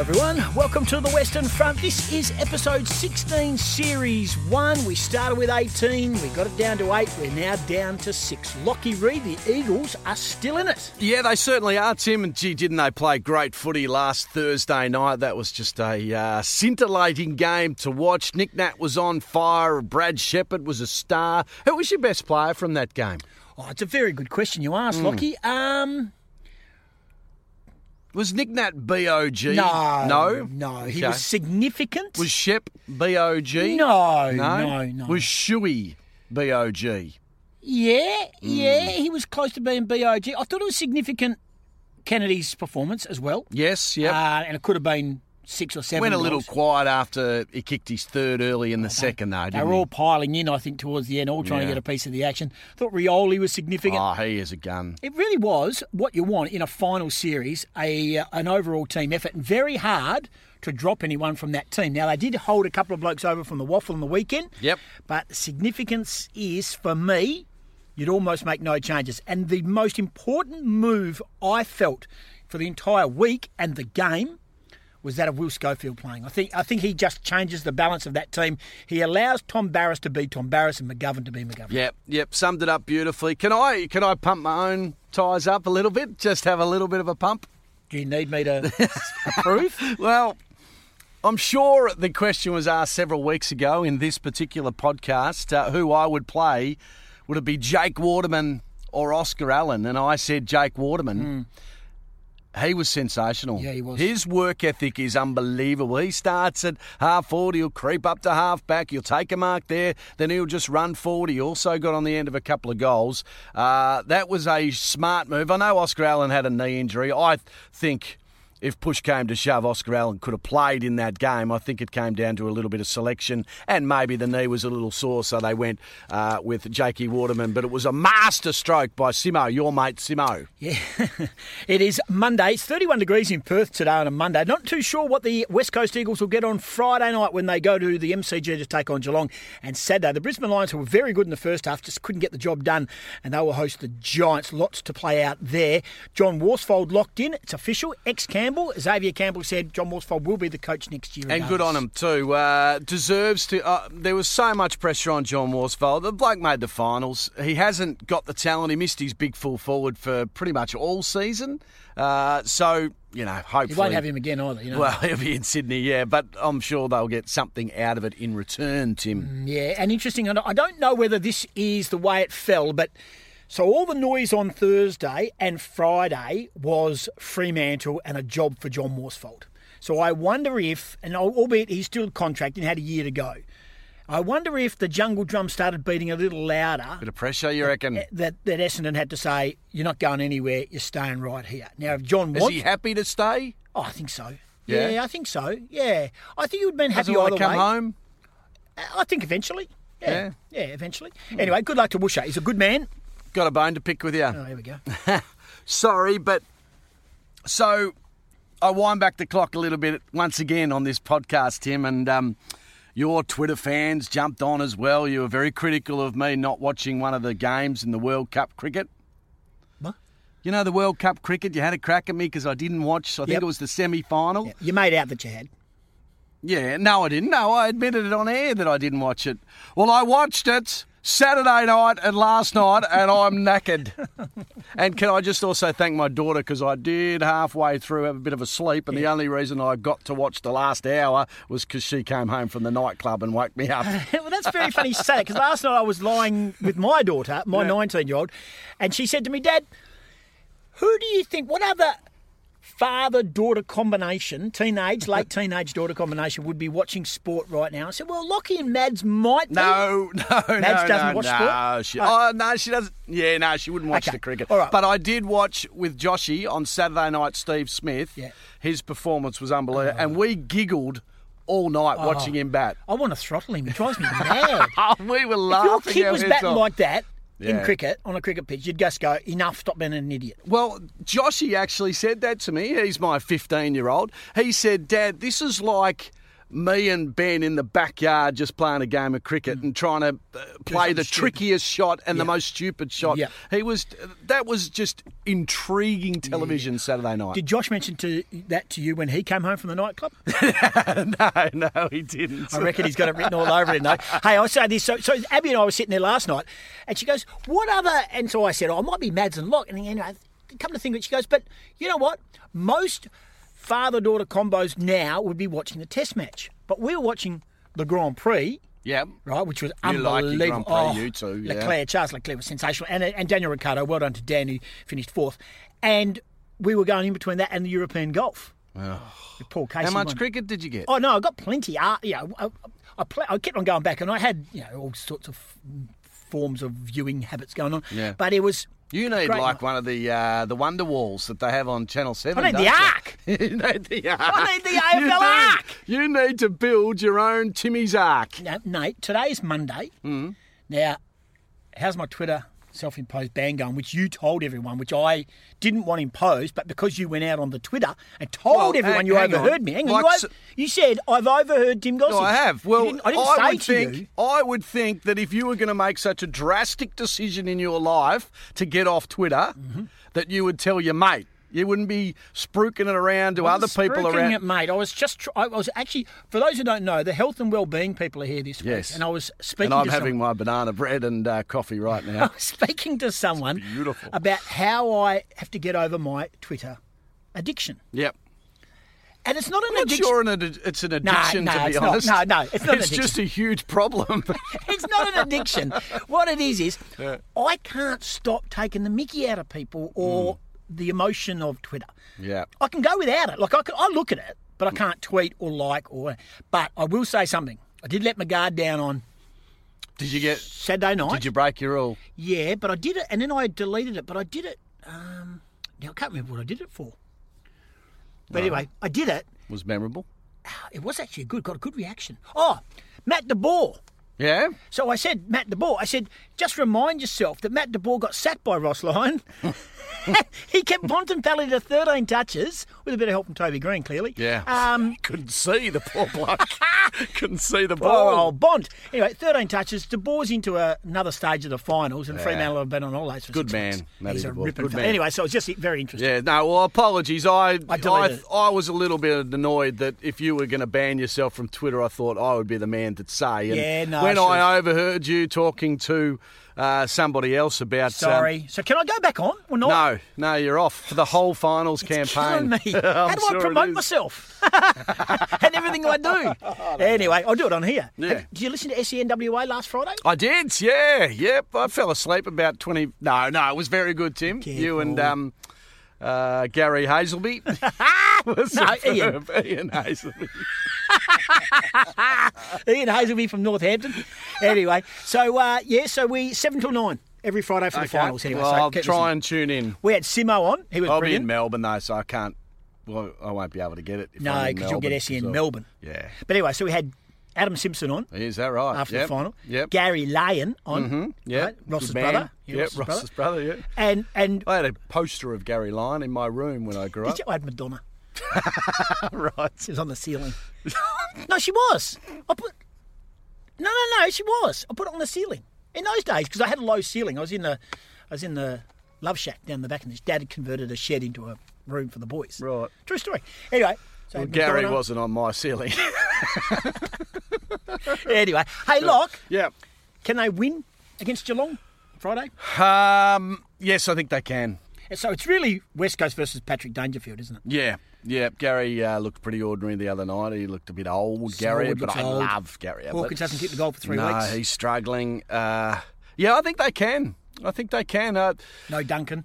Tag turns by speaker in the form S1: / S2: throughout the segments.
S1: everyone. Welcome to the Western Front. This is episode 16, series 1. We started with 18, we got it down to 8, we're now down to 6. Lockie Reed, the Eagles are still in it.
S2: Yeah, they certainly are, Tim. And gee, didn't they play great footy last Thursday night? That was just a uh, scintillating game to watch. Nick Nat was on fire. Brad Shepherd was a star. Who was your best player from that game?
S1: Oh, it's a very good question you
S2: Hmm.
S1: asked, Lockie. Um,
S2: Was Nick Nat BOG?
S1: no.
S2: No?
S1: No. He
S2: Okay.
S1: was significant.
S2: Was Shep BOG?
S1: no,
S2: No?
S1: no, no.
S2: Was Shuey BOG?
S1: Yeah,
S2: Hmm.
S1: yeah, he was close to being BOG. I thought it was significant Kennedy's performance as well.
S2: Yes, yep.
S1: Uh, and it could have been six or seven.
S2: Went a
S1: goals.
S2: little quiet after he kicked his third early in the second, though,
S1: Oh, They
S2: didn't
S1: were
S2: he?
S1: all piling in, I think, towards the end, all trying to
S2: Yeah.
S1: get a piece of the action. Thought Rioli was significant.
S2: Oh, he is a gun.
S1: It really was what you want in a final series, a uh, an overall team effort, and very hard to drop anyone from that team. Now they did hold a couple of blokes over from the waffle on the weekend.
S2: Yep.
S1: But the significance is for me, you'd almost make no changes. And the most important move I felt for the entire week and the game was that of Will Schofield playing. I think I think he just changes the balance of that team. He allows Tom Barris to be Tom Barris and McGovern to be McGovern.
S2: Yep, yep, summed it up beautifully. Can I can I pump my own tyres up a little bit? Just have a little bit of a pump.
S1: Do you need me to approve?
S2: Well, I'm sure the question was asked several weeks ago in this particular podcast uh, who I would play. Would it be Jake Waterman or Oscar Allen? And I said Jake Waterman. He was sensational.
S1: Yeah, he was.
S2: His work ethic is unbelievable. He starts at half forward, he'll creep up to half back, he'll take a mark there, then he'll just run forward. He also got on the end of a couple of goals. Uh, that was a smart move. I know Oscar Allen had a knee injury. I think if push came to shove, Oscar Allen could have played in that game. I think it came down to a little bit of selection, and maybe the knee was a little sore, so they went uh, with Jakey Waterman. But it was a master stroke by Simo, your mate Simo.
S1: Yeah, it is Monday. It's 31 degrees in Perth today on a Monday. Not too sure what the West Coast Eagles will get on Friday night when they go to the MCG to take on Geelong and Saturday. The Brisbane Lions who were very good in the first half, just couldn't get the job done, and they will host the Giants. Lots to play out there. John Worsfold locked in. It's official. Ex Campbell, Xavier Campbell said John Worsfold will be the coach next year.
S2: And good on
S1: regardless.
S2: him too. Uh, deserves to. Uh, there was so much pressure on John Worsfold. The bloke made the finals. He hasn't got the talent. He missed his big full forward for pretty much all season. Uh, so you know, hopefully
S1: You won't have him again either. You know?
S2: Well, he'll be in Sydney, yeah, but I'm sure they'll get something out of it in return, Tim.
S1: Yeah, and interesting. and I don't know whether this is the way it fell, but so all the noise on Thursday and Friday was Fremantle and a job for John Morsfold. So I wonder if, and albeit he's still contracting, had a year to go. I wonder if the jungle drum started beating a little louder
S2: Bit of pressure, you reckon?
S1: that, that Essendon had to say, you're not going anywhere, you're staying right here. Now, if John
S2: Is
S1: wants,
S2: he happy to stay?
S1: oh, I think so.
S2: Yeah?
S1: Yeah. I think so. Yeah, I think he would have been
S2: Does
S1: happy
S2: he want
S1: either
S2: to come
S1: way.
S2: home?
S1: I think eventually. Yeah.
S2: Yeah.
S1: Yeah, eventually. Anyway, good luck to Wusha. He's a good man.
S2: Got a bone to pick with you.
S1: Oh, here we go.
S2: Sorry, but so I wind back the clock a little bit once again on this podcast, Tim, and um, your Twitter fans jumped on as well. You were very critical of me not watching one of the games in the World Cup cricket.
S1: What?
S2: You know the World Cup cricket. You had a crack at me because I didn't watch. I think
S1: Yep.
S2: it was the semi-final.
S1: You made out that you had.
S2: Yeah, no, I didn't. No, I admitted it on air that I didn't watch it. Well, I watched it Saturday night and last night, and I'm knackered. And can I just also thank my daughter because I did halfway through have a bit of a sleep, and the only reason I got to watch the last hour was because she came home from the nightclub and woke me up.
S1: well, that's very funny you say that because last night I was lying with my daughter, my 19 year old, and she said to me, Dad, who do you think, what other father daughter combination, teenage, late teenage daughter combination, would be watching sport right now? I said, Well, Lockie and Mads might be.
S2: No, no, no,
S1: Madge doesn't
S2: no,
S1: watch
S2: no.
S1: sport?
S2: She,
S1: Oh.
S2: oh, no, she doesn't. Yeah, no, she wouldn't watch
S1: Okay,
S2: the cricket.
S1: all right.
S2: But I did watch with Joshy on Saturday night. Steve Smith,
S1: Yeah.
S2: his performance was unbelievable, and we giggled all night watching him bat.
S1: I want to throttle him. It drives me mad.
S2: Oh, we were
S1: Oh. if your
S2: laughing.
S1: kid
S2: our
S1: was
S2: heads
S1: batting
S2: off.
S1: like that in
S2: Yeah.
S1: cricket, on a cricket pitch, you'd just go, Enough, stop being an idiot.
S2: Well, Joshy actually said that to me. He's my 15 year old. He said, Dad, this is like me and Ben in the backyard just playing a game of cricket and trying to uh, play
S1: something
S2: the
S1: stupid.
S2: trickiest shot and the
S1: Mm. Yeah.
S2: most stupid shot.
S1: Yeah.
S2: He was that was just intriguing television Saturday night.
S1: Did Josh mention to that to you when he came home from the nightclub?
S2: no, no, he didn't.
S1: I reckon he's got it written all over him, though. Hey, I say this. So, so Abby and I were sitting there last night, and she goes, "What other?" And so I said, "Oh, it might be Mads and Locke." And anyway, come to think of it, she goes, "But you know what? Most father-daughter combos now would be watching the Test match, but we were watching the Grand Prix."
S2: Yeah.
S1: Right, which was
S2: You like your
S1: unbelievable.
S2: Grand Prix,
S1: oh,
S2: you too, yeah.
S1: Leclerc, Charles Leclerc was sensational, and and Daniel Ricciardo. Well done to Dan, who finished fourth. And we were going in between that and the European golf. With Paul Casey.
S2: How much
S1: won.
S2: cricket did you get?
S1: Oh no, I got plenty. Uh, yeah, I, I, play, I kept on going back, and I had you know all sorts of forms of viewing habits going on.
S2: Yeah.
S1: but it was.
S2: You need
S1: Great
S2: like
S1: night.
S2: one of the uh, the Wonder Walls that they have on Channel Seven.
S1: I need the
S2: don't you?
S1: Ark.
S2: you need the Ark.
S1: I need the AFL
S2: You
S1: Ark.
S2: You need to build your own Timmy's Ark.
S1: Now, Nate, today's Monday.
S2: Hmm.
S1: Mm. Now, how's my Twitter self-imposed ban going? Which you told everyone, which I didn't want imposed, but because you went out on the Twitter and told
S2: Well,
S1: everyone
S2: hang-
S1: you
S2: hang on.
S1: overheard me. Hang on, you,
S2: Like
S1: over-
S2: s-
S1: you said I've overheard Tim Gossett.
S2: No, I have.
S1: You
S2: Well,
S1: didn't- I didn't say
S2: would
S1: to
S2: think
S1: you.
S2: I would think that if you were going to make such a drastic decision in your life to get off Twitter,
S1: Mm-hmm.
S2: that you would tell your mate. You wouldn't be spruiking it around to other people
S1: Spruiking
S2: around.
S1: it, mate. I was just, tr- I was actually, for those who don't know, the health and well-being people are here this week,
S2: Yes.
S1: and I was speaking.
S2: and I'm
S1: to
S2: having
S1: someone,
S2: my banana bread and uh, coffee right now.
S1: I was speaking to someone
S2: beautiful.
S1: about how I have to get over my Twitter addiction,
S2: yep.
S1: and it's not an
S2: I'm not
S1: addiction.
S2: sure an ad- it's an addiction,
S1: no,
S2: to be
S1: it's not.
S2: honest.
S1: No, no, it's not an
S2: It's just a huge problem.
S1: It's not an addiction. what it is is, I can't stop taking the Mickey out of people or the emotion of Twitter.
S2: Mm. yeah.
S1: I can go without it. Like I, can, I look at it, but I can't tweet or like or. But I will say something. I did let my guard down on
S2: Did you get?
S1: Saturday night.
S2: Did you break your rule?
S1: Yeah, but I did it, and then I deleted it. But I did it. Um, now I can't remember what I did it for. But anyway, I did it.
S2: Was memorable.
S1: It was actually good. Got a good reaction. Oh, Matt De Boer.
S2: Yeah.
S1: So I said, Matt De Boer. I said, just remind yourself that Matt De Boer got sacked by Ross Lyon. he kept Bontempelli to 13 touches with a bit of help from Toby Green, clearly.
S2: Yeah.
S1: Um,
S2: Couldn't see the poor bloke. Couldn't see the
S1: Poor
S2: ball.
S1: old Bond. oh, Anyway, 13 touches. De Boer's into a, another stage of the finals, and Fremantle have been on all those for
S2: Good
S1: six
S2: man,
S1: weeks.
S2: Matty
S1: He's
S2: De
S1: a
S2: Boer.
S1: ripping
S2: Good
S1: fella.
S2: man.
S1: Anyway, so it's just very interesting.
S2: Yeah, no, well, apologies. I I, I,
S1: deleted it.
S2: was a little bit annoyed that if you were going to ban yourself from Twitter, I thought I would be the man to say. And
S1: Yeah, no,
S2: when
S1: I should've-
S2: I overheard you talking to uh, somebody else about. um,
S1: Sorry. so can I go back on or not?
S2: no, no, you're off for the whole finals
S1: Killing
S2: campaign.
S1: me. How
S2: I'm
S1: do I
S2: sure it
S1: promote
S2: is.
S1: myself and everything I do? anyway, I'll do it on here.
S2: Yeah.
S1: Have- Did you listen to E SENWA last Friday?
S2: I did, yeah, yep. I fell asleep about twenty. No, no, it was very good, Tim. You and um, uh, Gary Hazelby. Was
S1: No,
S2: superb.
S1: Ian.
S2: Ian Hazelby.
S1: Ian Hazelby from Northampton. anyway, so uh, yeah, so we seven till nine every Friday for the finals. Anyway,
S2: well,
S1: so
S2: I'll
S1: keep
S2: try
S1: listening.
S2: and tune in.
S1: We had Simo on. He was
S2: I'll be
S1: brilliant.
S2: in Melbourne though, so I can't. Well, I won't be able to get it. If
S1: no,
S2: I'm in
S1: because you'll get
S2: Melbourne,
S1: SE in
S2: 'cause I-
S1: Melbourne.
S2: Yeah,
S1: But anyway, so we had Adam Simpson on
S2: is that right?
S1: after the
S2: Yep,
S1: final.
S2: Yep. Mm-hmm.
S1: Gary Lyon on.
S2: Yep.
S1: right, Ross's
S2: Good man.
S1: brother. Yeah,
S2: Yep,
S1: Ross's brother.
S2: Ross's brother. Yeah.
S1: And and
S2: I had a poster of Gary Lyon in my room when I grew up.
S1: did you, I had Madonna.
S2: right.
S1: She was on the ceiling. no, she was. I put. No, no, no. She was. I put it on the ceiling in those days because I had a low ceiling. I was in the, I was in the love shack down the back, and his dad had converted a shed into a room for the boys.
S2: Right.
S1: True story. Anyway. So
S2: Gary
S1: Madonna-
S2: wasn't on my ceiling.
S1: Anyway, hey, Locke,
S2: yeah.
S1: can they win against Geelong Friday?
S2: Um, yes, I think they can.
S1: And So it's really West Coast versus Patrick Dangerfield, isn't it?
S2: Yeah, yeah. Gary uh, looked pretty ordinary the other night. He looked a bit old, Gary,
S1: Smallwood
S2: but
S1: looks
S2: I
S1: old.
S2: love Gary. Ablett.
S1: Hawkins hasn't kicked the goal for three
S2: no,
S1: weeks.
S2: he's struggling. Uh, yeah, I think they can. I think they can. Uh,
S1: No Duncan.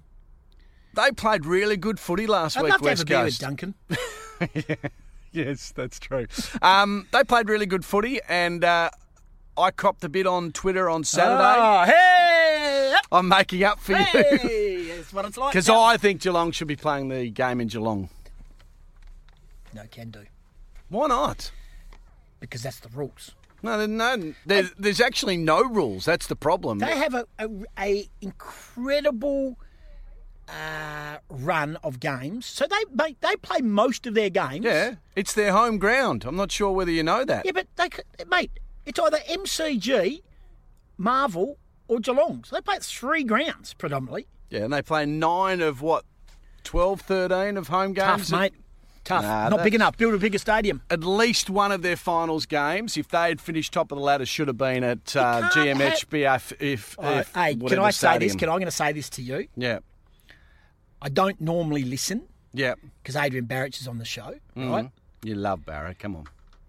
S2: they played really good footy last
S1: I'd
S2: week,
S1: love to have a
S2: West
S1: beer with
S2: Coast.
S1: Duncan.
S2: yes, that's true. um, they played really good footy, and uh, I copped a bit on Twitter on Saturday.
S1: Oh, hey! up,
S2: I'm making up for you
S1: Hey! That's what it's like.
S2: because
S1: now.
S2: I think Geelong should be playing the game in Geelong.
S1: No, can do.
S2: Why not?
S1: Because that's the rules.
S2: No, there- no. There's, there's actually no rules. That's the problem.
S1: They have a, a, a incredible uh, run of games. So they, they they play most of their games.
S2: Yeah, it's their home ground. I'm not sure whether you know that.
S1: Yeah, but they could, mate, it's either MCG, Marvel, or Geelong. So they play at three grounds predominantly.
S2: Yeah, and they play nine of what, 12, 13 of home games?
S1: Tough, mate. Tough.
S2: Nah,
S1: Not
S2: that's-
S1: big enough. Build a bigger stadium.
S2: At least one of their finals games, if they had finished top of the ladder, should have been at uh,
S1: can't
S2: GMHBF. If,
S1: All right,
S2: if
S1: Uh, hey, can
S2: whatever
S1: I say this?
S2: stadium.
S1: Can I, I'm going to say this to you.
S2: Yeah,
S1: I don't normally listen
S2: yeah.
S1: because Adrian Barrett is on the show,
S2: Mm.
S1: right?
S2: You love Barra. Come on,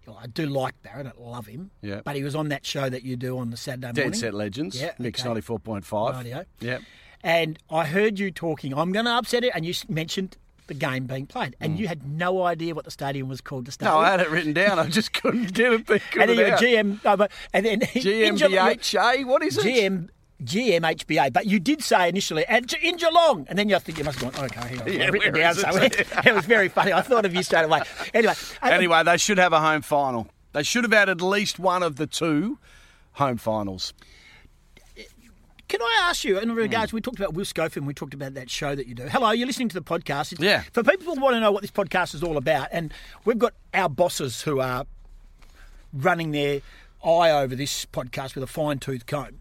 S1: Well, I do like Barrett. I love him.
S2: Yeah.
S1: But he was on that show that you do on the Saturday
S2: Dead
S1: morning.
S2: Set Legends.
S1: Yeah,
S2: Mix
S1: okay.
S2: ninety four point five.
S1: Rightio.
S2: Yeah.
S1: And I heard you talking. I'm going to upset it. And you s- mentioned the game being played. And you had no idea what the stadium was called to start
S2: Mm. No,
S1: with.
S2: I had it written down. I just couldn't get it. Couldn't
S1: and then you were
S2: out.
S1: GM. No, uh, but, and then in Geelong-
S2: GMBHA. What is it?
S1: GM GMHBA, but you did say initially and in Geelong, and then you think you must have gone. Okay, hang on,
S2: Yeah,
S1: I've written it
S2: where
S1: down
S2: is it?
S1: somewhere. it was very funny. I thought of you straight away. Anyway, uh,
S2: Anyway, they should have a home final. They should have had at least one of the two home finals.
S1: can I ask you in regards?
S2: Hmm.
S1: We talked about Will Schofield. We talked about that show that you do. Hello, you're listening to the podcast. It's-
S2: Yeah.
S1: For people who want to know what this podcast is all about, and we've got our bosses who are running their eye over this podcast with a fine tooth comb.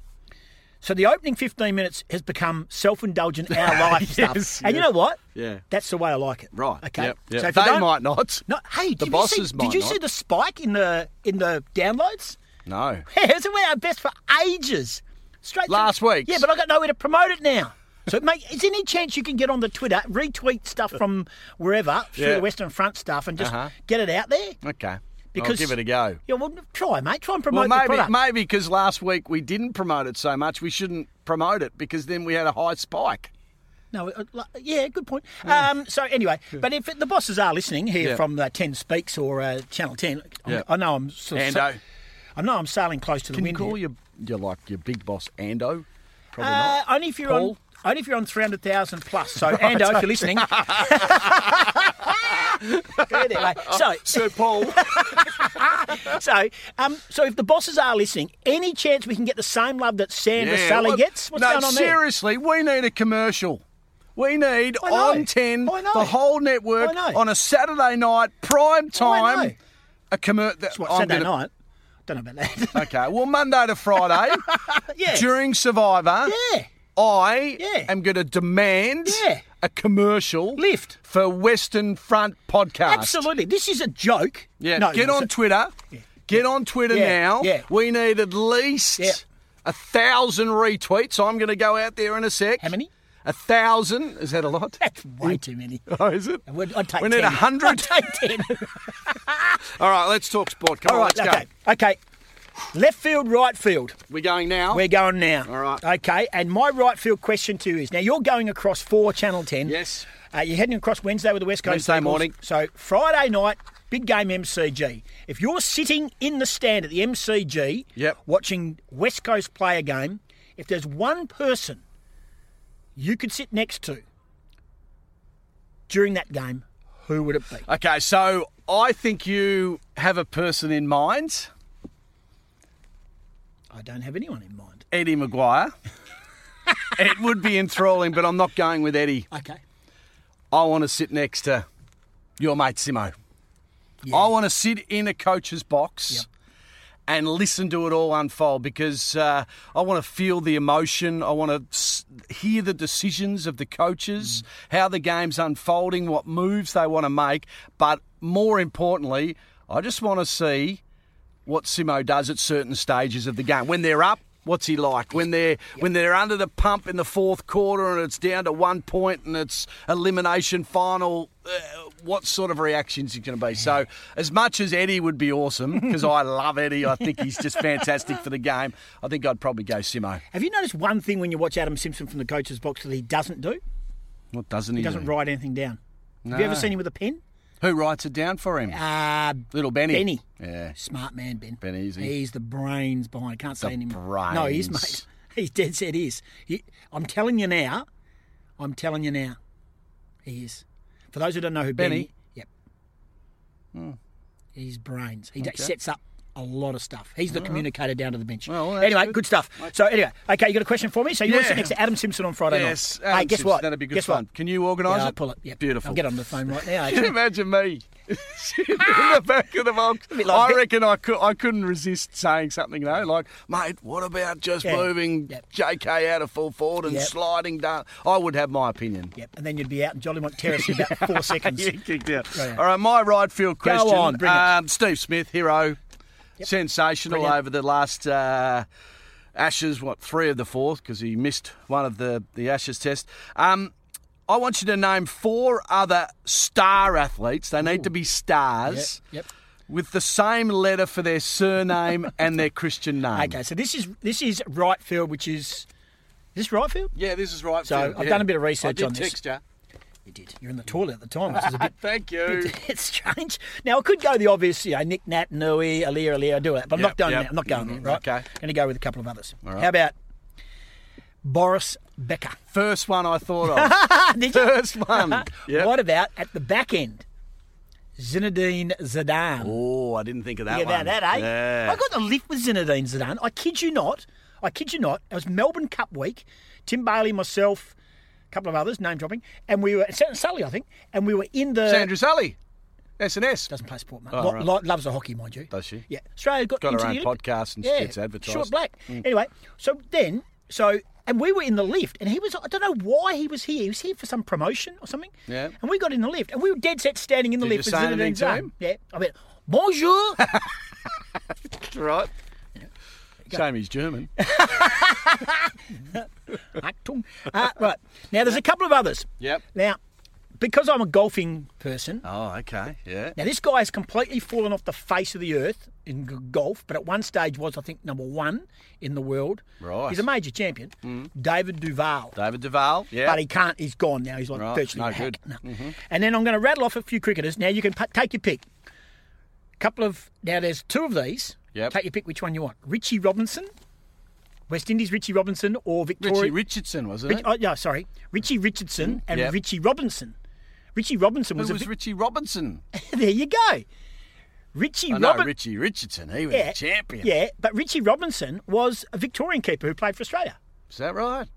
S1: So the opening 15 minutes has become self-indulgent our life stuff.
S2: Yes,
S1: and you
S2: yes.
S1: know what?
S2: Yeah.
S1: That's the way I like it. Okay.
S2: Yep, yep.
S1: So if you
S2: they
S1: don't-
S2: might not.
S1: No, hey, did you
S2: bosses
S1: see,
S2: might
S1: Did you
S2: not.
S1: see the spike in the in the downloads?
S2: No.
S1: it's been our best for ages. Straight
S2: Last
S1: through-
S2: week's.
S1: Yeah, but I got nowhere to promote it now. So, mate, is there any chance you can get on the Twitter, retweet stuff from wherever through
S2: Yeah.
S1: the Western Front stuff, and just
S2: Uh-huh.
S1: get it out there?
S2: Okay. Because I'll
S1: Because-
S2: give it a go.
S1: Yeah, well, try, mate. Try and
S2: Well,
S1: promote the
S2: maybe
S1: product.
S2: maybe because last week we didn't promote it so much, we shouldn't promote it because then we had a high spike.
S1: No, uh, li- yeah, good point. Um, so anyway, but if the bosses are listening here
S2: Yeah.
S1: from uh, Ten Speaks or uh, Channel Ten, I'm-
S2: Yeah.
S1: I know I'm sort of
S2: Ando.
S1: I know I'm sailing close to the
S2: Can you
S1: wind. here.
S2: call your, your like your big boss Ando? Probably
S1: Uh,
S2: not.
S1: only if you're on.
S2: Paul?
S1: Only if you're on 300,000 plus. So, Ando, if you're listening. anyway, so,
S2: Sir Paul.
S1: so, um, so if the bosses are listening, any chance we can get the same love that Sandra
S2: Yeah,
S1: Sully
S2: what-
S1: gets? What's
S2: no,
S1: going on there?
S2: seriously, we need a commercial. We need
S1: I know.
S2: on 10,
S1: I know.
S2: the whole network
S1: I know. Oh,
S2: on a Saturday night, prime
S1: I know.
S2: time. A commercial. That's
S1: What, Saturday night? Don't know about that.
S2: Okay, well, Monday to Friday
S1: yeah.
S2: during Survivor,
S1: yeah.
S2: I
S1: Yeah.
S2: am going to demand
S1: Yeah.
S2: a commercial
S1: Lift.
S2: for Western Front podcast.
S1: Absolutely. This is a joke.
S2: Yeah,
S1: No,
S2: get
S1: no,
S2: on
S1: so-
S2: Twitter. Get on Twitter
S1: Yeah,
S2: now.
S1: yeah.
S2: We need at least
S1: Yeah.
S2: a thousand retweets. I'm going to go out there in a sec.
S1: How many?
S2: A thousand. Is that a lot?
S1: That's way too many.
S2: Oh, is it?
S1: I would- I'd take
S2: We need
S1: 10.
S2: a hundred.
S1: I'd take 10.
S2: All right, let's talk sport. Come
S1: All
S2: on,
S1: right,
S2: let's
S1: okay.
S2: go.
S1: Okay. Left field, right field.
S2: We're going now.
S1: We're going now.
S2: All right.
S1: Okay, and my right field question to you is now you're going across for Channel 10.
S2: Yes.
S1: Uh, you're heading across Wednesday with the West Coast.
S2: Wednesday
S1: Eagles.
S2: morning.
S1: So Friday night, big game MCG. If you're sitting in the stand at the MCG
S2: Yep.
S1: watching West Coast play a game, if there's one person you could sit next to during that game, who would it be?
S2: Okay, so I think you have a person in mind,
S1: I don't have anyone in mind.
S2: Eddie Maguire. it would be enthralling, but I'm not going with Eddie.
S1: Okay.
S2: I want to sit next to your mate Simo. I want to sit in a coach's box
S1: Yep.
S2: and listen to it all unfold because uh, I want to feel the emotion. I want to s- hear the decisions of the coaches, how the game's unfolding, what moves they want to make. But more importantly, I just want to see what Simo does at certain stages of the game. When they're up, what's he like? When they're when they're under the pump in the fourth quarter and it's down to one point and it's elimination final, uh, what sort of reactions are going to be? So, as much as Eddie would be awesome because I love Eddie, I think he's just fantastic for the game. I think I'd probably go Simo.
S1: Have you noticed one thing when you watch Adam Simpson from the coach's box that he doesn't do?
S2: What doesn't he?
S1: He doesn't
S2: do?
S1: write anything down. Have you ever
S2: No.
S1: seen him with a pen?
S2: Who writes it down for him?
S1: Uh,
S2: Little Benny.
S1: Benny.
S2: Yeah.
S1: Smart man, Ben.
S2: Ben Easy.
S1: He's the brains behind. Can't say
S2: The
S1: anymore. No, he is, mate.
S2: brains.
S1: He's dead set. He is. He, I'm telling you now. I'm telling you now. He is. For those who don't know who Benny,
S2: Benny?
S1: yep. He's brains. He d- sets up a lot of stuff. He's the communicator down to the bench.
S2: Well, that's
S1: anyway,
S2: good.
S1: good, stuff. So anyway, okay, you got a question for me? So you want to sit
S2: Yeah.
S1: next to Adam Simpson on Friday
S2: Yes.
S1: night?
S2: Adam
S1: hey, guess
S2: Simpson,
S1: what?
S2: That'd be good
S1: guess
S2: fun.
S1: What?
S2: Can you organise
S1: Yeah,
S2: it?
S1: I'll pull it. Yep.
S2: Beautiful.
S1: I'll get on the phone right now.
S2: Can you
S1: actually.
S2: imagine me sitting in the back of the box?
S1: bit like
S2: I
S1: that.
S2: reckon I, could, I couldn't resist saying something though, like, mate, what about just
S1: Yeah.
S2: moving
S1: Yep.
S2: JK out of full forward and
S1: Yep.
S2: sliding down? I would have my opinion.
S1: Yep. And then you'd be out in Jolly Mont Terrace in about four seconds.
S2: You kicked out.
S1: Right, yeah.
S2: All right, my right field
S1: Go
S2: question.
S1: on, bring it.
S2: um, Steve Smith, hero, sensational
S1: Brilliant.
S2: over the last uh, Ashes. What three of the four? Because he missed one of the the Ashes test. Um, I want you to name four other star athletes. They need to be
S1: Yep.
S2: stars.
S1: yep.
S2: With the same letter for their surname and their Christian name.
S1: Okay, so this is this is right field, which is, is this right field?
S2: Yeah, this is right.
S1: So,
S2: Phil,
S1: I've
S2: yeah.
S1: done a bit of research on this.
S2: you.
S1: You did. You're in the toilet at the time, which is a bit
S2: Thank you.
S1: it's strange. Now I could go the obvious, you know, Nick Nat, Nui, Alia, Alia, I do it, but I'm
S2: Yep,
S1: not doing
S2: yep.
S1: that. I'm not going
S2: Mhm,
S1: there, right?
S2: okay.
S1: Going to go with a couple of others.
S2: right.
S1: How about Boris Becker? Ah,
S2: First one I thought of.
S1: Did you?
S2: First one. Yep.
S1: What about at the back end? Zinedine Zidane.
S2: Oh, I didn't think of that
S1: Yeah,
S2: one.
S1: about that, eh?
S2: Yeah.
S1: I got the lift with Zinedine Zidane. I kid you not. I kid you not. It was Melbourne Cup week. Tim Bailey, myself, a couple of others, name dropping, and we were Sally, I think, and we were in the
S2: Sandra Sully, S&S.
S1: Doesn't play sport, mate.
S2: Oh,
S1: Lo-
S2: right.
S1: lo- loves the hockey, mind you.
S2: Does she?
S1: Yeah. Australia got,
S2: Got her
S1: into
S2: own
S1: the Olympic-
S2: podcast and
S1: yeah,
S2: gets advertised. Mm.
S1: Short black. Anyway, so then, so and we were in the lift, and he was. I don't know why he was here. He was here for some promotion or something.
S2: Yeah.
S1: And we got in the lift, and we were dead set standing in the
S2: Did you
S1: lift.
S2: say
S1: with Zinedine
S2: anything to
S1: Zidane.
S2: him?
S1: Yeah. I went bonjour.
S2: Right. Shame he's German.
S1: Achtung. Uh, right. Now there's a couple of others.
S2: Yep.
S1: Now, because I'm a golfing person,
S2: Oh, okay. Yeah.
S1: Now, this guy has completely fallen off the face of the earth in g- golf, but at one stage was, I think, number one in the world.
S2: Right. Mm.
S1: He's a major champion. David Duval.
S2: David Duval. Yeah.
S1: But he can't. He's gone now. He's like
S2: Right,
S1: virtually
S2: no
S1: a hack.
S2: good. Mm-hmm.
S1: No. And then I'm going to rattle off a few cricketers. Now, you can p- take your pick. couple of... Now, there's two of these.
S2: Yep.
S1: Take your pick which one you want. Richie Robinson, West Indies Richie Robinson, or Victoria...
S2: Richie Richardson, wasn't
S1: Rich-
S2: it?
S1: oh, yeah, sorry. Richie Richardson and
S2: Hmm? Yep.
S1: Richie Robinson. Richie Robinson was,
S2: Who
S1: a
S2: was
S1: Vic-
S2: Richie Robinson?
S1: there you go. Richie
S2: I know
S1: Robinson.
S2: Richie Richardson. He was a champion.
S1: Yeah, but Richie Robinson was a Victorian keeper who played for Australia.
S2: Is that right?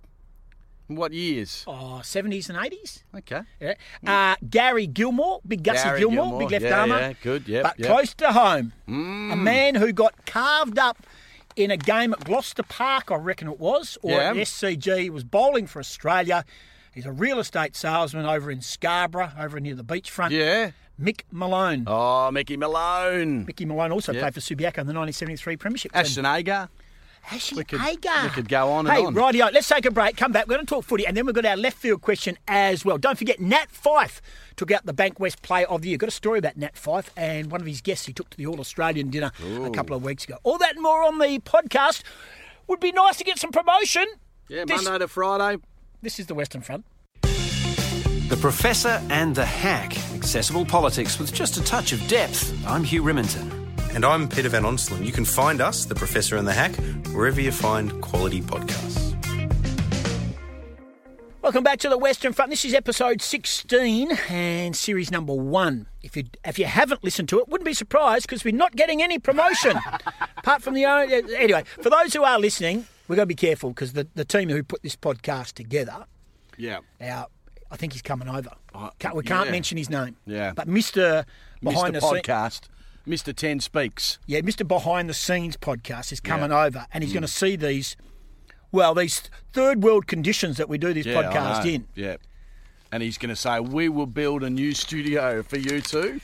S2: In what years?
S1: Oh, 70s and 80s.
S2: Oh. Okay.
S1: Yeah. Uh, Gary Gilmore, big Gussie
S2: Hmm. Gary
S1: Gilmore,
S2: Gilmore,
S1: big left
S2: yeah,
S1: armer.
S2: yeah, good, yep,
S1: But
S2: yep. Hmm.
S1: close to home, a man who got carved up in a game at Gloucester Park, I reckon it was, or
S2: Yeah.
S1: at SCG, was bowling for Australia. He's a real estate salesman over in Scarborough, over near the beachfront.
S2: Yeah.
S1: Mick Malone.
S2: Oh, Mickey Malone.
S1: Mickey Malone also played for Subiaco in the 1973 Premiership. team.
S2: Ashton Agar.
S1: Ashley
S2: We could-
S1: Hagar.
S2: we could go on and
S1: hey,
S2: on.
S1: rightio, let's take a break, come back, we're going to talk footy, and then we've got our left field question as well. Don't forget, Nat Fife took out the Bankwest Player of the Year. Got a story about Nat Fife and one of his guests he took to the All-Australian dinner a couple of weeks ago. All that and more on the podcast. Would be nice to get some promotion.
S2: Yeah,
S1: This-
S2: Monday to Friday.
S1: This is the Western Front.
S3: The Professor and the Hack. Accessible politics with just a touch of depth. I'm Hugh Rimmington.
S4: And I'm Peter Van Onselen. You can find us, The Professor and the Hack, wherever you find quality podcasts.
S1: Welcome back to the Western Front. This is episode 16 and series number one. If you if you haven't listened to it, wouldn't be surprised because we're not getting any promotion apart from the own. Anyway, for those who are listening, we've got to be careful because the, the team who put this podcast together,
S2: Yeah.
S1: now I think he's coming over.
S2: Uh,
S1: Can't- we can't
S2: yeah.
S1: mention his name.
S2: Yeah.
S1: but Mister behind the
S2: Mr.
S1: scenes,
S2: Podcast. Mr. Ten Speaks.
S1: yeah, Mister behind the scenes podcast is coming over and
S2: Mm.
S1: he's going to see these, well, these third world conditions that we do this
S2: I
S1: podcast
S2: know.
S1: in.
S2: Yeah. And he's going to say, We will build a new studio for you two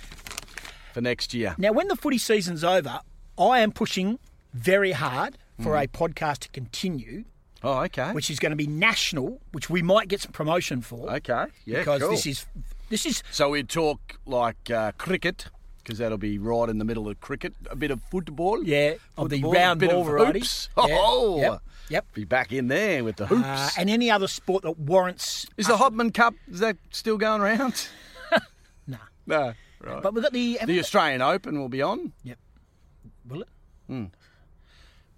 S2: for next year.
S1: Now, when the footy season's over, I am pushing very hard for
S2: Mm.
S1: a podcast to continue,
S2: Oh, okay.
S1: which is going to be national, which we might get some promotion for.
S2: okay. Yeah.
S1: because
S2: cool.
S1: this is this is
S2: So we talk like uh, cricket, because that'll be right in the middle of cricket. A bit of football.
S1: yeah of the
S2: Football,
S1: round
S2: a bit
S1: ball
S2: of
S1: variety.
S2: Hoops.
S1: Yeah,
S2: Oh,
S1: yep. yep.
S2: be back in there with the hoops.
S1: Uh, and any other sport that warrants.
S2: is the Hobman Cup is that still going around?
S1: Nah.
S2: No. Right.
S1: But we've got the.
S2: the Australian Open will be on.
S1: Yep. Will it?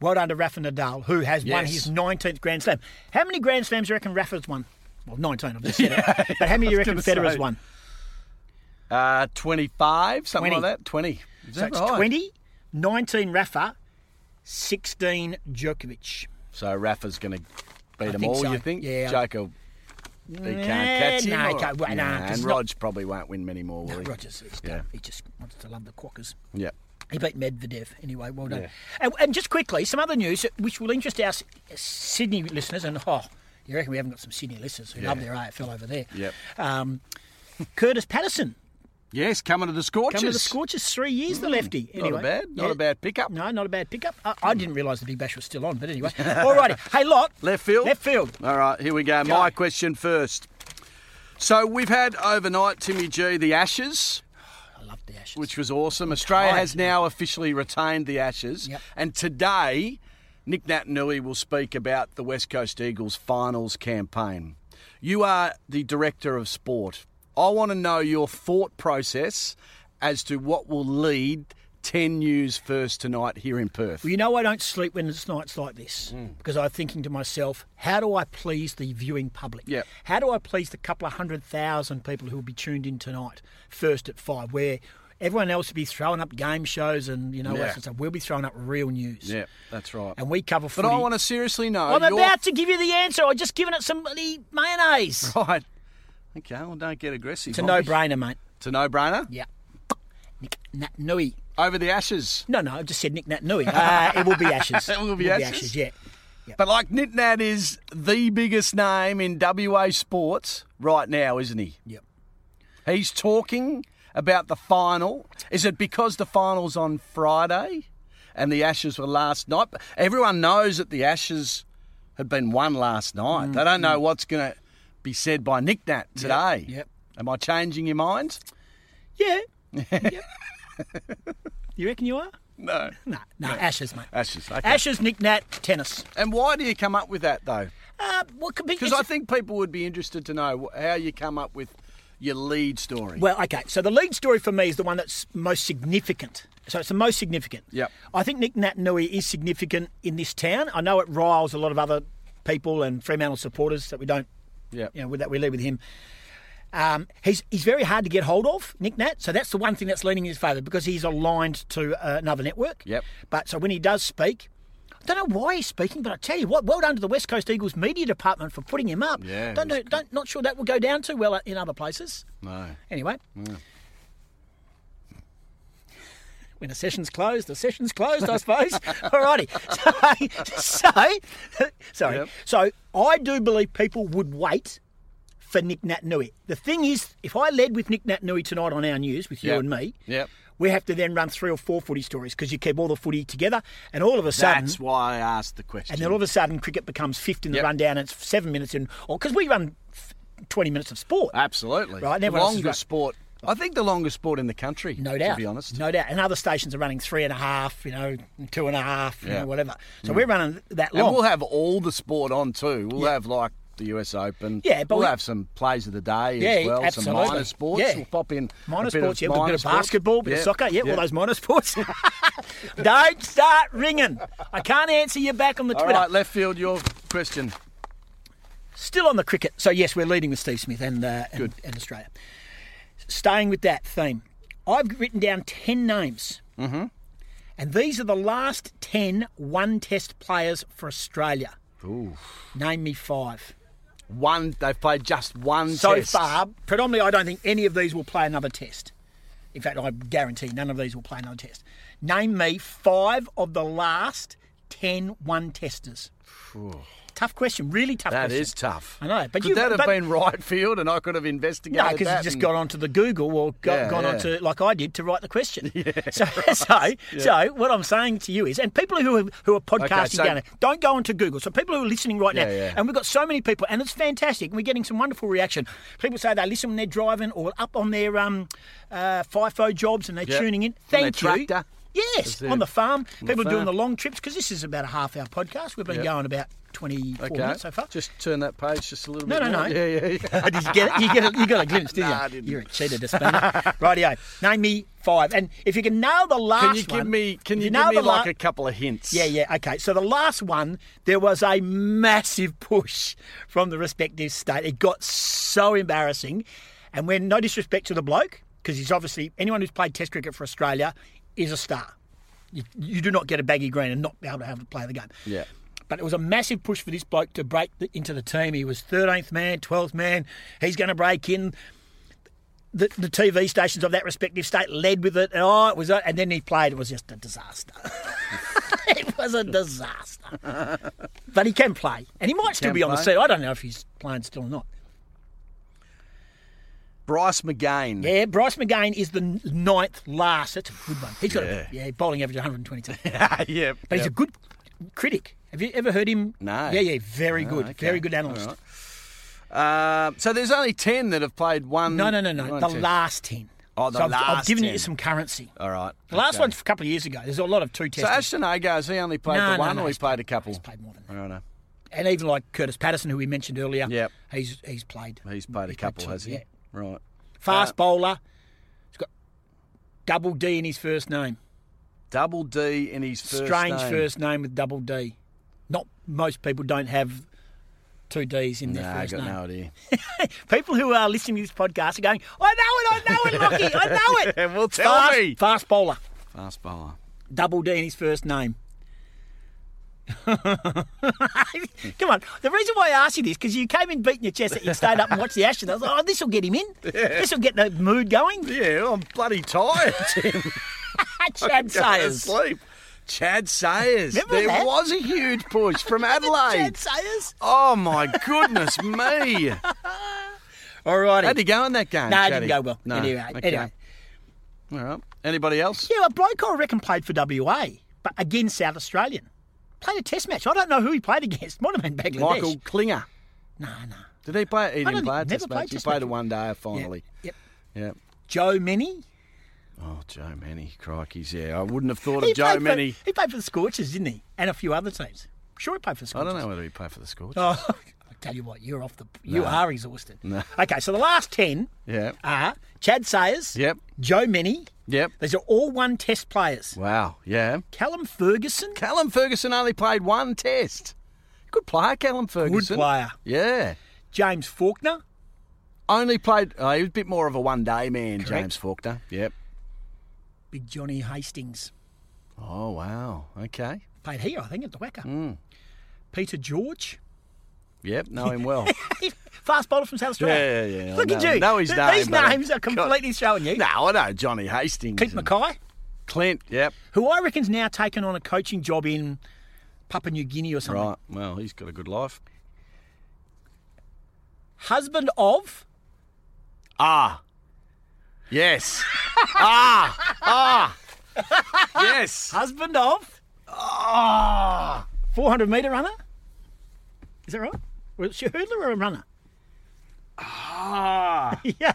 S1: Well done to Rafa Nadal, who has won
S2: Hmm. Yes.
S1: his 19th Grand Slam. How many Grand Slams do you reckon Rafa's won? Well, 19, I've just said it. But how many do you
S2: I was
S1: reckon
S2: gonna
S1: Federer's
S2: say.
S1: won?
S2: Uh, 25, something
S1: 20.
S2: like that. 20. Is
S1: So
S2: that
S1: it's
S2: right?
S1: 20 19 Rafa, 16 Djokovic.
S2: So Rafa's going to beat them
S1: think
S2: all,
S1: so.
S2: you think?
S1: Yeah.
S2: Joker, he can't
S1: Nah,
S2: catch him.
S1: nah, he
S2: or-
S1: can't- well, nah,
S2: and
S1: it's not-
S2: Rog probably won't win many more, will he?
S1: Rogers, he's
S2: Yeah.
S1: done. he just wants to love the quackers.
S2: Yeah.
S1: He beat Medvedev anyway. Well done. And, and just quickly, some other news which will interest our S- Sydney listeners. And oh, you reckon we haven't got some Sydney listeners who love their AFL over there?
S2: Yep.
S1: Um, Curtis Patterson
S2: Yes, coming to the Scorchers.
S1: coming to the Scorchers. Three years the lefty.
S2: Mm, Not
S1: Anyway,
S2: a bad, not
S1: Yeah.
S2: a bad Mm. pickup.
S1: No, not a bad pickup. I, I didn't realise the Big Bash was still on, but anyway. All righty. Hey, Lot.
S2: Left field?
S1: Left field.
S2: All right, here we go.
S1: Go.
S2: My question first. So we've had overnight, Timmy G, the Ashes,
S1: I love the Ashes.
S2: which was awesome. Australia
S1: tired
S2: has now officially retained the Ashes.
S1: Yep.
S2: And today, Nick Natanui will speak about the West Coast Eagles finals campaign. You are the director of sport. I want to know your thought process as to what will lead 10 news first tonight here in Perth.
S1: Well, you know I don't sleep when it's nights like this
S2: Mm.
S1: because I'm thinking to myself, how do I please the viewing public?
S2: Yep.
S1: How do I please the couple of hundred thousand people who will be tuned in tonight, first at five, where everyone else will be throwing up game shows and you know
S2: Yeah.
S1: yeah. stuff. We'll be throwing up real news.
S2: Yeah, that's right.
S1: And we cover
S2: But
S1: footy.
S2: I want to seriously know.
S1: I'm
S2: your
S1: about to give you the answer. I've just given it some bloody mayonnaise.
S2: Right. Okay, well, don't get aggressive.
S1: It's a
S2: Bobby.
S1: no-brainer, mate.
S2: It's a no-brainer?
S1: Yeah. Nick Nui.
S2: Over the ashes.
S1: No, no, I just said Nick Nui. Uh, it will be Ashes.
S2: It will be Ashes?
S1: yeah.
S2: But like Nitnat is the biggest name in WA sports right now, isn't he?
S1: Yep.
S2: He's talking about the final. Is it because the final's on Friday and the ashes were last night? But Everyone knows that the ashes had been won last night. They don't know what's going to be said by Nick Nat today.
S1: Mm-hmm. yep.
S2: Am I changing your mind?
S1: Yeah. Yep. you reckon you are?
S2: No.
S1: No, no, Ashes, mate.
S2: Ashes. Okay.
S1: Ashes, Nick Nat, tennis.
S2: And why do you come up with that though?
S1: Uh, what could be?
S2: Because I think people would be interested to know how you come up with your lead story.
S1: Well, okay. So the lead story for me is the one that's most significant. So it's the most significant.
S2: Yep.
S1: I think Nick Natanui is significant in this town. I know it riles a lot of other people and Fremantle supporters that we don't,
S2: yeah.
S1: you know, that we leave with him. Um, he's he's very hard to get hold of, Nick Nat. So that's the one thing that's leaning in his favour because he's aligned to uh, another network.
S2: Yep.
S1: But so when he does speak, I don't know why he's speaking, but I tell you what, well done to the West Coast Eagles media department for putting him up.
S2: Yeah,
S1: Don't
S2: it was
S1: know, don't not sure that will go down too well uh, in other places.
S2: No.
S1: Anyway. When a session's closed, the session's closed, I suppose. Alrighty. So, so sorry.
S2: Yep.
S1: So I do believe people would wait for Nick Natanui. The thing is, if I led with Nick Natanui tonight on our news with you
S2: Yep.
S1: and me,
S2: Yep.
S1: we have to then run three or four footy stories because you keep all the footy together, and all of a sudden,
S2: That's why I asked the question.
S1: and then all of a sudden, cricket becomes fifth in the
S2: Yep.
S1: rundown. And it's seven minutes in, or because we run f- twenty minutes of sport.
S2: Absolutely.
S1: Right, and
S2: The
S1: everyone else has
S2: longest
S1: got-
S2: sport. I think the longest sport in the country.
S1: No doubt.
S2: To be honest.
S1: No doubt. And other stations are running three and a half, you know, and two and a half, you
S2: Yeah. Mm.
S1: know, whatever. So we're running that
S2: And
S1: long.
S2: we'll have all the sport on too. We'll have like the US Open.
S1: Yeah, but
S2: we'll
S1: we-
S2: have some plays of the day
S1: Yeah,
S2: as well.
S1: absolutely.
S2: Some minor sports.
S1: Yeah.
S2: We'll pop in
S1: minor
S2: a bit
S1: sports,
S2: of
S1: yeah, we've got a
S2: minor
S1: bit of
S2: sports.
S1: basketball, bit
S2: Yeah,
S1: of soccer, yeah,
S2: yeah.
S1: all those minor sports. Don't start ringing. I can't answer you back on the
S2: All
S1: Twitter.
S2: right, left field. Your question.
S1: Still on the cricket. So, yes, we're leading with Steve Smith and, uh, and, and Australia. Staying with that theme, I've written down 10 names. Mm-hmm. And these are the last 10 one test players for Australia. Name me five.
S2: One. They've played just one.
S1: so
S2: test.
S1: far, predominantly, I don't think any of these will play another test. In fact, I guarantee none of these will play another test. Name me five of the last 10 one testers. Tough question, really tough
S2: That
S1: question.
S2: is tough.
S1: I know, but
S2: could
S1: you-
S2: that have
S1: but-
S2: been right field, and I could have investigated.
S1: No, because
S2: that
S1: you just
S2: and-
S1: got onto the Google or got,
S2: Yeah,
S1: gone
S2: yeah.
S1: onto like I did to write the question. So, so, so what I'm saying to you is, and people who are, who are podcasting
S2: so-
S1: down there, don't go onto Google. So people who are listening right now,
S2: Yeah, yeah.
S1: and we've got so many people, and it's fantastic. And we're getting some wonderful reaction. People say they listen when they're driving or up on their um, uh, FIFO jobs, and they're
S2: Yep.
S1: tuning in.
S2: their
S1: Thank you.
S2: tractor.
S1: Yes,
S2: it.
S1: on the farm. people
S2: farm.
S1: doing the long trips because this is about a half hour podcast. We've been
S2: Yep.
S1: going about 24
S2: Okay.
S1: minutes so far.
S2: Just turn that page just a little
S1: No,
S2: bit.
S1: no,
S2: more.
S1: no.
S2: Yeah, yeah, yeah.
S1: Oh, did you get it? You, get a, you got a glimpse, didn't
S2: Nah,
S1: you?
S2: I didn't.
S1: You're a cheater, Despina. Rightio. Name me five. And if you can nail the last
S2: Can you give
S1: one-
S2: me? Can
S1: if
S2: you,
S1: nail
S2: give me
S1: the la-
S2: like a couple of hints?
S1: Yeah, yeah, okay. So the last one, there was a massive push from the respective state. It got so embarrassing. And when, no disrespect to the bloke, because he's obviously, anyone who's played Test cricket for Australia is a star. You, you do not get a baggy green and not be able to have to play the game.
S2: Yeah.
S1: But it was a massive push for this bloke to break the, into the team. He was 13th man, 12th man. He's going to break in. The, the TV stations of that respective state led with it. And, oh, it was, a- and then he played. It was just a disaster. it was a disaster. but he can play, and he might still
S2: can
S1: be on the
S2: play.
S1: seat. I don't know if he's playing still or not.
S2: Bryce McGain.
S1: Yeah, Bryce McGain is the n- ninth last. That's a good one. He's got
S2: Yeah.
S1: a yeah bowling average of 122, but
S2: Yeah. yep.
S1: he's a good critic. Have you ever heard him?
S2: No.
S1: Yeah, yeah, very good,
S2: okay.
S1: very good analyst.
S2: Uh, so there's only 10 that have played one.
S1: No, no, no, no.
S2: one,
S1: The
S2: two.
S1: last ten.
S2: Oh, the
S1: so I've, I've
S2: last
S1: given
S2: 10.
S1: you some currency.
S2: All right.
S1: The last
S2: okay.
S1: one's a couple of years ago. There's a lot of two
S2: So
S1: tests.
S2: Ashton Agar's, he only played
S1: No,
S2: the
S1: no,
S2: one
S1: no,
S2: or he
S1: he's
S2: played a couple?
S1: He's played more than
S2: I
S1: that.
S2: don't know.
S1: And even like Curtis Patterson, who we mentioned earlier,
S2: Yep.
S1: he's he's played.
S2: He's played a couple,
S1: two,
S2: has he?
S1: yeah.
S2: Right. Uh,
S1: Fast bowler. He's got double D in his first name.
S2: Double D in his first
S1: strange
S2: name.
S1: first name with double D. Not most people don't have two D's in
S2: No,
S1: their
S2: I
S1: first
S2: got
S1: name.
S2: no idea.
S1: People who are listening to this podcast are going, I know it, I know it, Lockie, I know it.
S2: Yeah, well, tell
S1: fast,
S2: me.
S1: Fast bowler,
S2: Fast bowler.
S1: double D in his first name. Come on. The reason why I asked you this because you came in beating your chest that you stayed up and watched the Ashes. I was like, oh, this will get him in. This will get the mood going.
S2: Yeah, I'm bloody tired, Tim.
S1: Chad Sayers.
S2: Sleep. Chad Sayers.
S1: Remember
S2: there
S1: that?
S2: was a huge push from Adelaide.
S1: Chad Sayers.
S2: Oh my goodness me!
S1: All righty.
S2: How'd he go in that game?
S1: No, it
S2: Chatty?
S1: didn't go well.
S2: No.
S1: Anyway,
S2: Okay.
S1: anyway.
S2: All right. Anybody else?
S1: Yeah, a bloke I reckon played for WA, but again South Australian. Played a test match. I don't know who he played against. Might have been Bangladesh.
S2: Michael Klinger.
S1: No, no.
S2: Did he play? He
S1: don't
S2: didn't
S1: think-
S2: play. a
S1: never
S2: test
S1: played
S2: match. He
S1: test
S2: played
S1: match.
S2: a one day
S1: Yeah.
S2: finally.
S1: Yep.
S2: Yeah.
S1: Joe Many.
S2: Oh, Joe Manny, crikey's yeah. I wouldn't have thought
S1: He
S2: of Oh, Joe
S1: played
S2: Manny.
S1: For, he played for the Scorchers, didn't he? And a few other teams. Sure, he played for the
S2: I
S1: Scorchers.
S2: don't know whether he played for the Scorchers.
S1: Oh, I tell you what, you're off the. You
S2: No.
S1: are exhausted.
S2: No.
S1: Okay, so the last ten
S2: Yeah.
S1: are Chad Sayers.
S2: Yep.
S1: Joe Many.
S2: Yep.
S1: These are all one test players.
S2: Wow. Yeah.
S1: Callum Ferguson.
S2: Callum Ferguson only played one test. Good player, Callum Ferguson.
S1: player.
S2: Yeah.
S1: James Faulkner.
S2: Only played. Oh, he was a bit more of a one-day man,
S1: Correct.
S2: James Faulkner. Yep.
S1: Big Johnny Hastings.
S2: Oh wow. Okay.
S1: Played here, I think, at the Wacker.
S2: Hmm.
S1: Peter George.
S2: Yep. Know him well.
S1: Fast bowler from South Australia.
S2: Yeah, yeah, yeah, I
S1: Look at
S2: know-
S1: you.
S2: know his
S1: Th-
S2: name,
S1: These
S2: but uh, I-
S1: names are completely showing you.
S2: no, I know Johnny Hastings.
S1: Clint
S2: and-
S1: Mackay,
S2: Clint. Yep.
S1: who I reckon's now taken on a coaching job in Papua New Guinea or something.
S2: Right. Well, he's got a good life.
S1: Husband of
S2: Ah. Yes. ah. Ah. Yes.
S1: husband of
S2: Ah.
S1: 400 metre runner. Is that right? Was she a hurdler or a runner?
S2: Ah.
S1: yeah.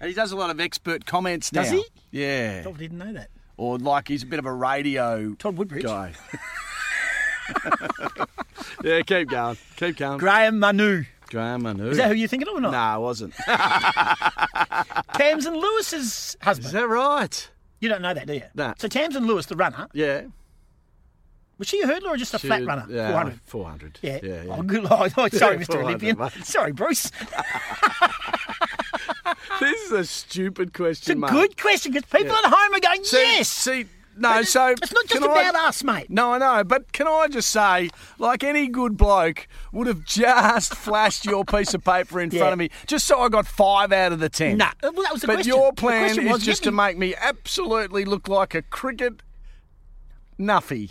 S2: And he does a lot of expert comments now.
S1: Does
S2: he? Yeah.
S1: Probably didn't know that.
S2: Or like he's a bit of a radio
S1: Todd Woodbridge.
S2: guy. yeah, keep going. Keep going.
S1: Graham Manu.
S2: Graham and who?
S1: Is that who you're thinking of or not?
S2: No, I wasn't.
S1: Tamsin Lewis's husband.
S2: Is that right?
S1: You don't know that, do you?
S2: No.
S1: So Tamsin Lewis, the runner,
S2: Yeah.
S1: was she a hurdler or just a flat
S2: Should-
S1: runner?
S2: Yeah,
S1: 400.
S2: 400.
S1: Yeah.
S2: yeah,
S1: Oh, good Lord. Oh, sorry,
S2: Yeah,
S1: Mr.
S2: 400,
S1: Olympian.
S2: mate.
S1: Sorry, Bruce.
S2: This is a stupid question,
S1: It's a
S2: mate.
S1: good question because people at home are going,
S2: See-
S1: yes.
S2: See, no, so
S1: it's not just
S2: can I-
S1: about us, mate.
S2: No, I know, but can I just say, like any good bloke would have just flashed your piece of paper in
S1: Yeah.
S2: front of me, just so I got five out of the ten.
S1: Nah, well, that was the
S2: but
S1: question.
S2: your
S1: The
S2: plan
S1: question
S2: is
S1: was,
S2: just
S1: yeah,
S2: to make me absolutely look like a cricket nuffy.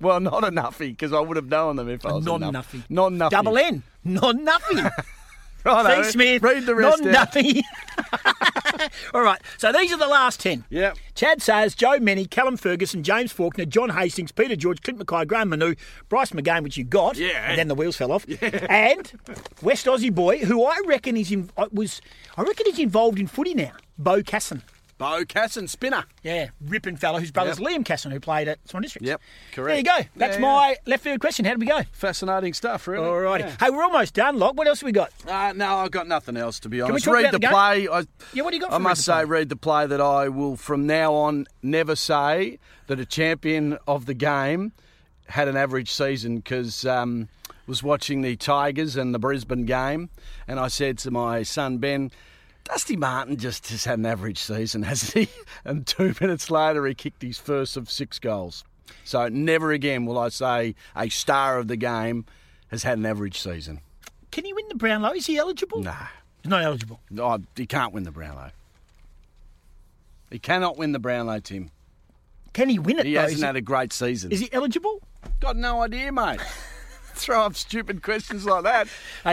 S2: Well, not a nuffy because I would have known them if I was
S1: Non
S2: nuffy.
S1: nuffy.
S2: Non nuffy.
S1: Double N. Non nuffy.
S2: Righto,
S1: See, Smith.
S2: Read the rest.
S1: Non
S2: out.
S1: nuffy. All right. So these are the last 10.
S2: Yep.
S1: Chad Sayers, Joe Many, Callum Ferguson, James Faulkner, John Hastings, Peter George, Clint Mackay, Graham Manu, Bryce McGain, which you got,
S2: Yeah.
S1: and then the wheels fell off, and West Aussie boy, who I reckon is in, uh, was, I reckon he's involved in footy now, Bo Casson.
S2: Bo Casson, spinner.
S1: Yeah, ripping fella whose brother's
S2: Yep.
S1: Liam Casson, who played at Swan District.
S2: Yep,
S1: There
S2: correct.
S1: you go. That's
S2: Yeah,
S1: my left field question. How do we go?
S2: Fascinating stuff, really.
S1: All righty.
S2: Yeah.
S1: Hey, we're almost done, Lock. What else have we got?
S2: Uh, no, I've got nothing else to be
S1: we
S2: honest.
S1: talk
S2: read
S1: about
S2: the,
S1: the game?
S2: play. I,
S1: Yeah, what do you got
S2: I
S1: for read
S2: must
S1: the play?
S2: say, read the play that I will from now on never say that a champion of the game had an average season because um, was watching the Tigers and the Brisbane game, and I said to my son Ben. Dusty Martin just has had an average season, hasn't he? And two minutes later, he kicked his first of six goals. So never again will I say a star of the game has had an average season.
S1: Can he win the Brownlow? Is he eligible?
S2: No,
S1: He's not eligible.
S2: oh, he can't win the Brownlow. He cannot win the Brownlow, Tim.
S1: Can he win it,
S2: He
S1: though?
S2: hasn't
S1: is,
S2: had a great season.
S1: he, is he eligible?
S2: Got no idea, mate. Throw up stupid questions like that.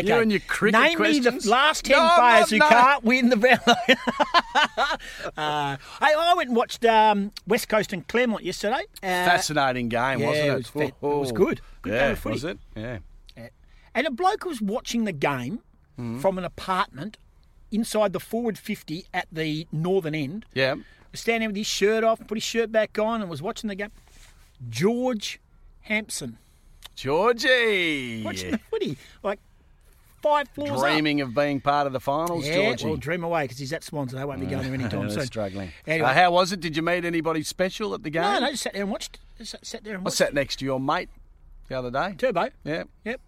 S2: You and your cricket
S1: Name me
S2: questions.
S1: the last 10
S2: No, I'm
S1: players who
S2: not- no.
S1: can't win the Brownlow. uh, hey, I went and watched um, West Coast and Claremont yesterday. Uh,
S2: Fascinating game,
S1: yeah,
S2: wasn't it?
S1: it was fit. It
S2: Oh,
S1: was good. Good game
S2: yeah,
S1: of footy.
S2: was it? Yeah.
S1: And a bloke was watching the game
S2: Hmm.
S1: from an apartment inside the forward 50 at the northern end.
S2: Yeah.
S1: Was standing with his shirt off, put his shirt back on, and was watching the game. George Hampson.
S2: Georgie.
S1: Watching the footy. Like five floors up.
S2: Dreaming of being part of the finals,
S1: Yeah,
S2: Georgie.
S1: well, dream away because he's at Swans and they won't be going there anytime
S2: They're
S1: soon.
S2: struggling.
S1: Anyway.
S2: Uh, how was it? Did you meet anybody special at the game?
S1: No, no, just sat there and watched. Just sat- sat there and
S2: I
S1: watched.
S2: Oh, sat next to your mate the other day.
S1: Turbo.
S2: Yeah.
S1: Yep.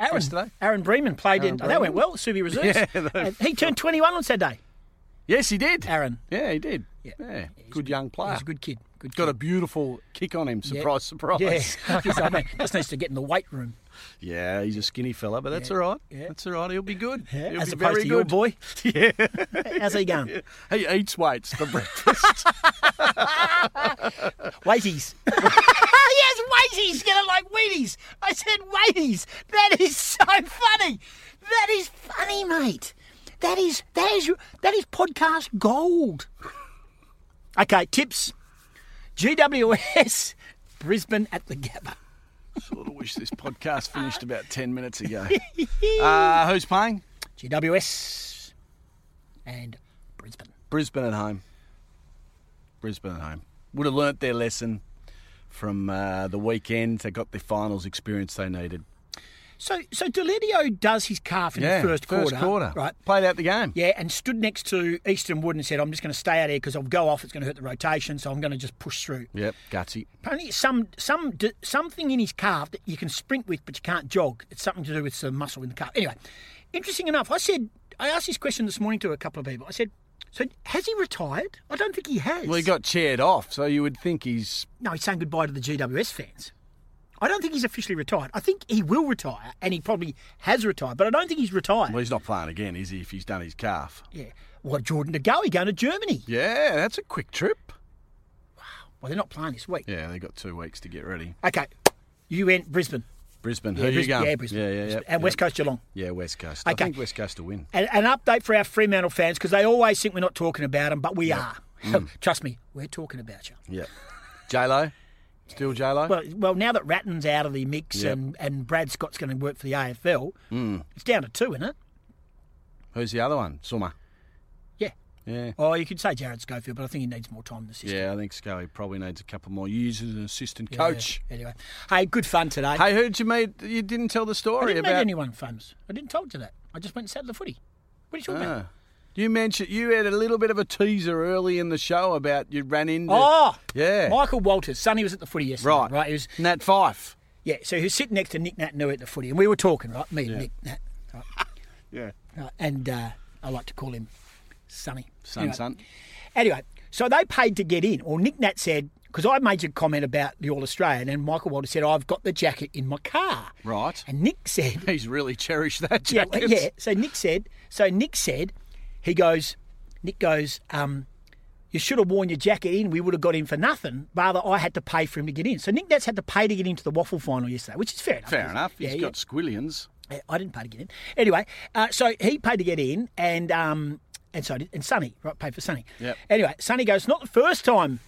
S1: Aaron,
S2: Yesterday.
S1: Aaron Bremen played
S2: Aaron
S1: in. Oh, That went
S2: Bremen.
S1: well. Subi reserves.
S2: Yeah, they-
S1: And he turned 21 on Saturday.
S2: Yes, he did.
S1: Aaron.
S2: Yeah, he did.
S1: Yeah.
S2: Yeah. Good young player.
S1: He's a good kid. Good.
S2: Got a
S1: kid.
S2: beautiful kick on him.
S1: Yeah.
S2: Surprise, surprise.
S1: Yeah. Like I said, mate, just needs to get in the weight room.
S2: Yeah, he's a skinny fella, but that's all right.
S1: Yeah.
S2: That's all right. He'll be good.
S1: Yeah,
S2: He'll
S1: as
S2: be
S1: opposed
S2: very
S1: to your
S2: good.
S1: boy. yeah. How's he going?
S2: He eats weights for breakfast.
S1: Weighties. yes, weighties. Get it like Wheaties. I said weighties. That is so funny. That is funny, mate. That is that is that is podcast gold. Okay, tips. GWS Brisbane at the Gabba.
S2: sort of wish this podcast finished about ten minutes ago. uh, who's playing?
S1: GWS and Brisbane.
S2: Brisbane at home. Brisbane at home. Would have learnt their lesson from uh, the weekend. They got the finals experience they needed.
S1: So so Delidio does his calf in the first,
S2: first quarter.
S1: Right.
S2: Played out the game.
S1: Yeah, and stood next to Eastern Wood and said, I'm just going to stay out here because I'll go off. It's going to hurt the rotation, so I'm going to just push through.
S2: Yep. Gutsy.
S1: Apparently, it's some, some, d- something in his calf that you can sprint with, but you can't jog. It's something to do with some muscle in the calf. Anyway, interesting enough, I said, I asked this question this morning to a couple of people. I said, so has he retired? I don't think he has.
S2: Well, he got cheered off, so you would think he's
S1: no, he's saying goodbye to the GWS fans. I don't think he's officially retired. I think he will retire, and he probably has retired, but I don't think he's retired.
S2: well. He's not playing again, is he? If he's done his calf.
S1: yeah. Well, Jordan to go, he going to Germany.
S2: Yeah, that's a quick trip.
S1: Well, they're not playing this week.
S2: Yeah, they got two weeks to get ready.
S1: Okay. You went Brisbane.
S2: Brisbane,
S1: yeah,
S2: who you
S1: Brisbane,
S2: going?
S1: Yeah, Brisbane.
S2: Yeah, yeah, yeah.
S1: And West Coast Geelong.
S2: Yeah, West Coast. I
S1: Okay.
S2: think West Coast will win.
S1: And an update for our Fremantle fans because they always think we're not talking about them, but we are.
S2: Hmm.
S1: Trust me, we're talking about you.
S2: Yeah. J Lo, still J Lo.
S1: Well, well, now that Ratton's out of the mix
S2: Yep.
S1: and, and Brad Scott's going to work for the AFL,
S2: Hmm.
S1: it's down to two, isn't it?
S2: Who's the other one? Summer.
S1: Yeah.
S2: Yeah.
S1: Oh, you could say Jared Schofield, but I think he needs more time in the system.
S2: Yeah, I think Scully probably needs a couple more years as an assistant coach.
S1: Yeah. Anyway, hey, good fun today.
S2: Hey, who'd you meet? You didn't tell the
S1: I
S2: story
S1: didn't meet
S2: about.
S1: anyone famous. I didn't told you that. I just went and sat at the footy. What are you talking about?
S2: Ah. You mentioned you had a little bit of a teaser early in the show about you ran into.
S1: Oh,
S2: Yeah.
S1: Michael Walters, Sonny was at the footy yesterday.
S2: right,
S1: right. He was
S2: Nat Fife.
S1: Yeah, so he was sitting next to Nick Nat New at the footy, and we were talking, right? Me and Nick Nat. Right?
S2: Yeah.
S1: right, And uh, I like to call him Sonny.
S2: Son,
S1: anyway,
S2: son.
S1: Anyway, so they paid to get in, or Nick Nat said, because I made a comment about the All Australian, and Michael Walters said, I've got the jacket in my car.
S2: Right.
S1: And Nick said,
S2: He's really cherished that
S1: yeah,
S2: jacket.
S1: yeah, so Nick said, so Nick said, he goes, Nick goes, um, you should have worn your jacket in. We would have got in for nothing. Rather, I had to pay for him to get in. So Nick Nat's had to pay to get into the waffle final yesterday, which is fair enough.
S2: Fair enough. He's
S1: Yeah, yeah.
S2: got squillions.
S1: Uh, I didn't pay to get in. Anyway, uh, so he paid to get in, and um, and so did, and Sonny, right? Paid for Sonny.
S2: Yep.
S1: Anyway, Sonny goes, not the first time.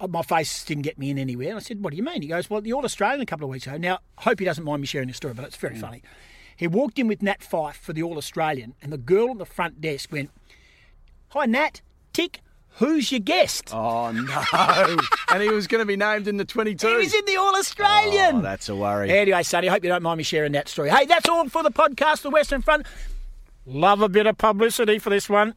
S1: uh, My face didn't get me in anywhere. And I said, What do you mean? He goes, Well, the All Australian a couple of weeks ago. Now, I hope he doesn't mind me sharing this story, but it's
S2: Mm.
S1: very funny. He walked in with Nat Fife for the All Australian, and the girl at the front desk went, Hi, Nat, tick, who's your guest?
S2: Oh no! and he was going to be named in the twenty-two.
S1: he was in the Eh. All Australian.
S2: Oh, that's a worry.
S1: Anyway, Sonny, I hope you don't mind me sharing that story. Hey, that's all for the podcast, The Western Front. Love a bit of publicity for this one.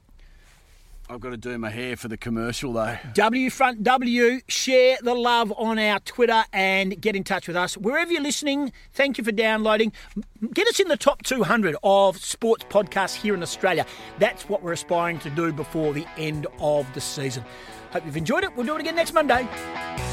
S2: I've got to do my hair for the commercial though.
S1: W Front W, share the love on our Twitter and get in touch with us. Wherever you're listening, thank you for downloading. Get us in the top 200 of sports podcasts here in Australia. That's what we're aspiring to do before the end of the season. Hope you've enjoyed it. We'll do it again next Monday.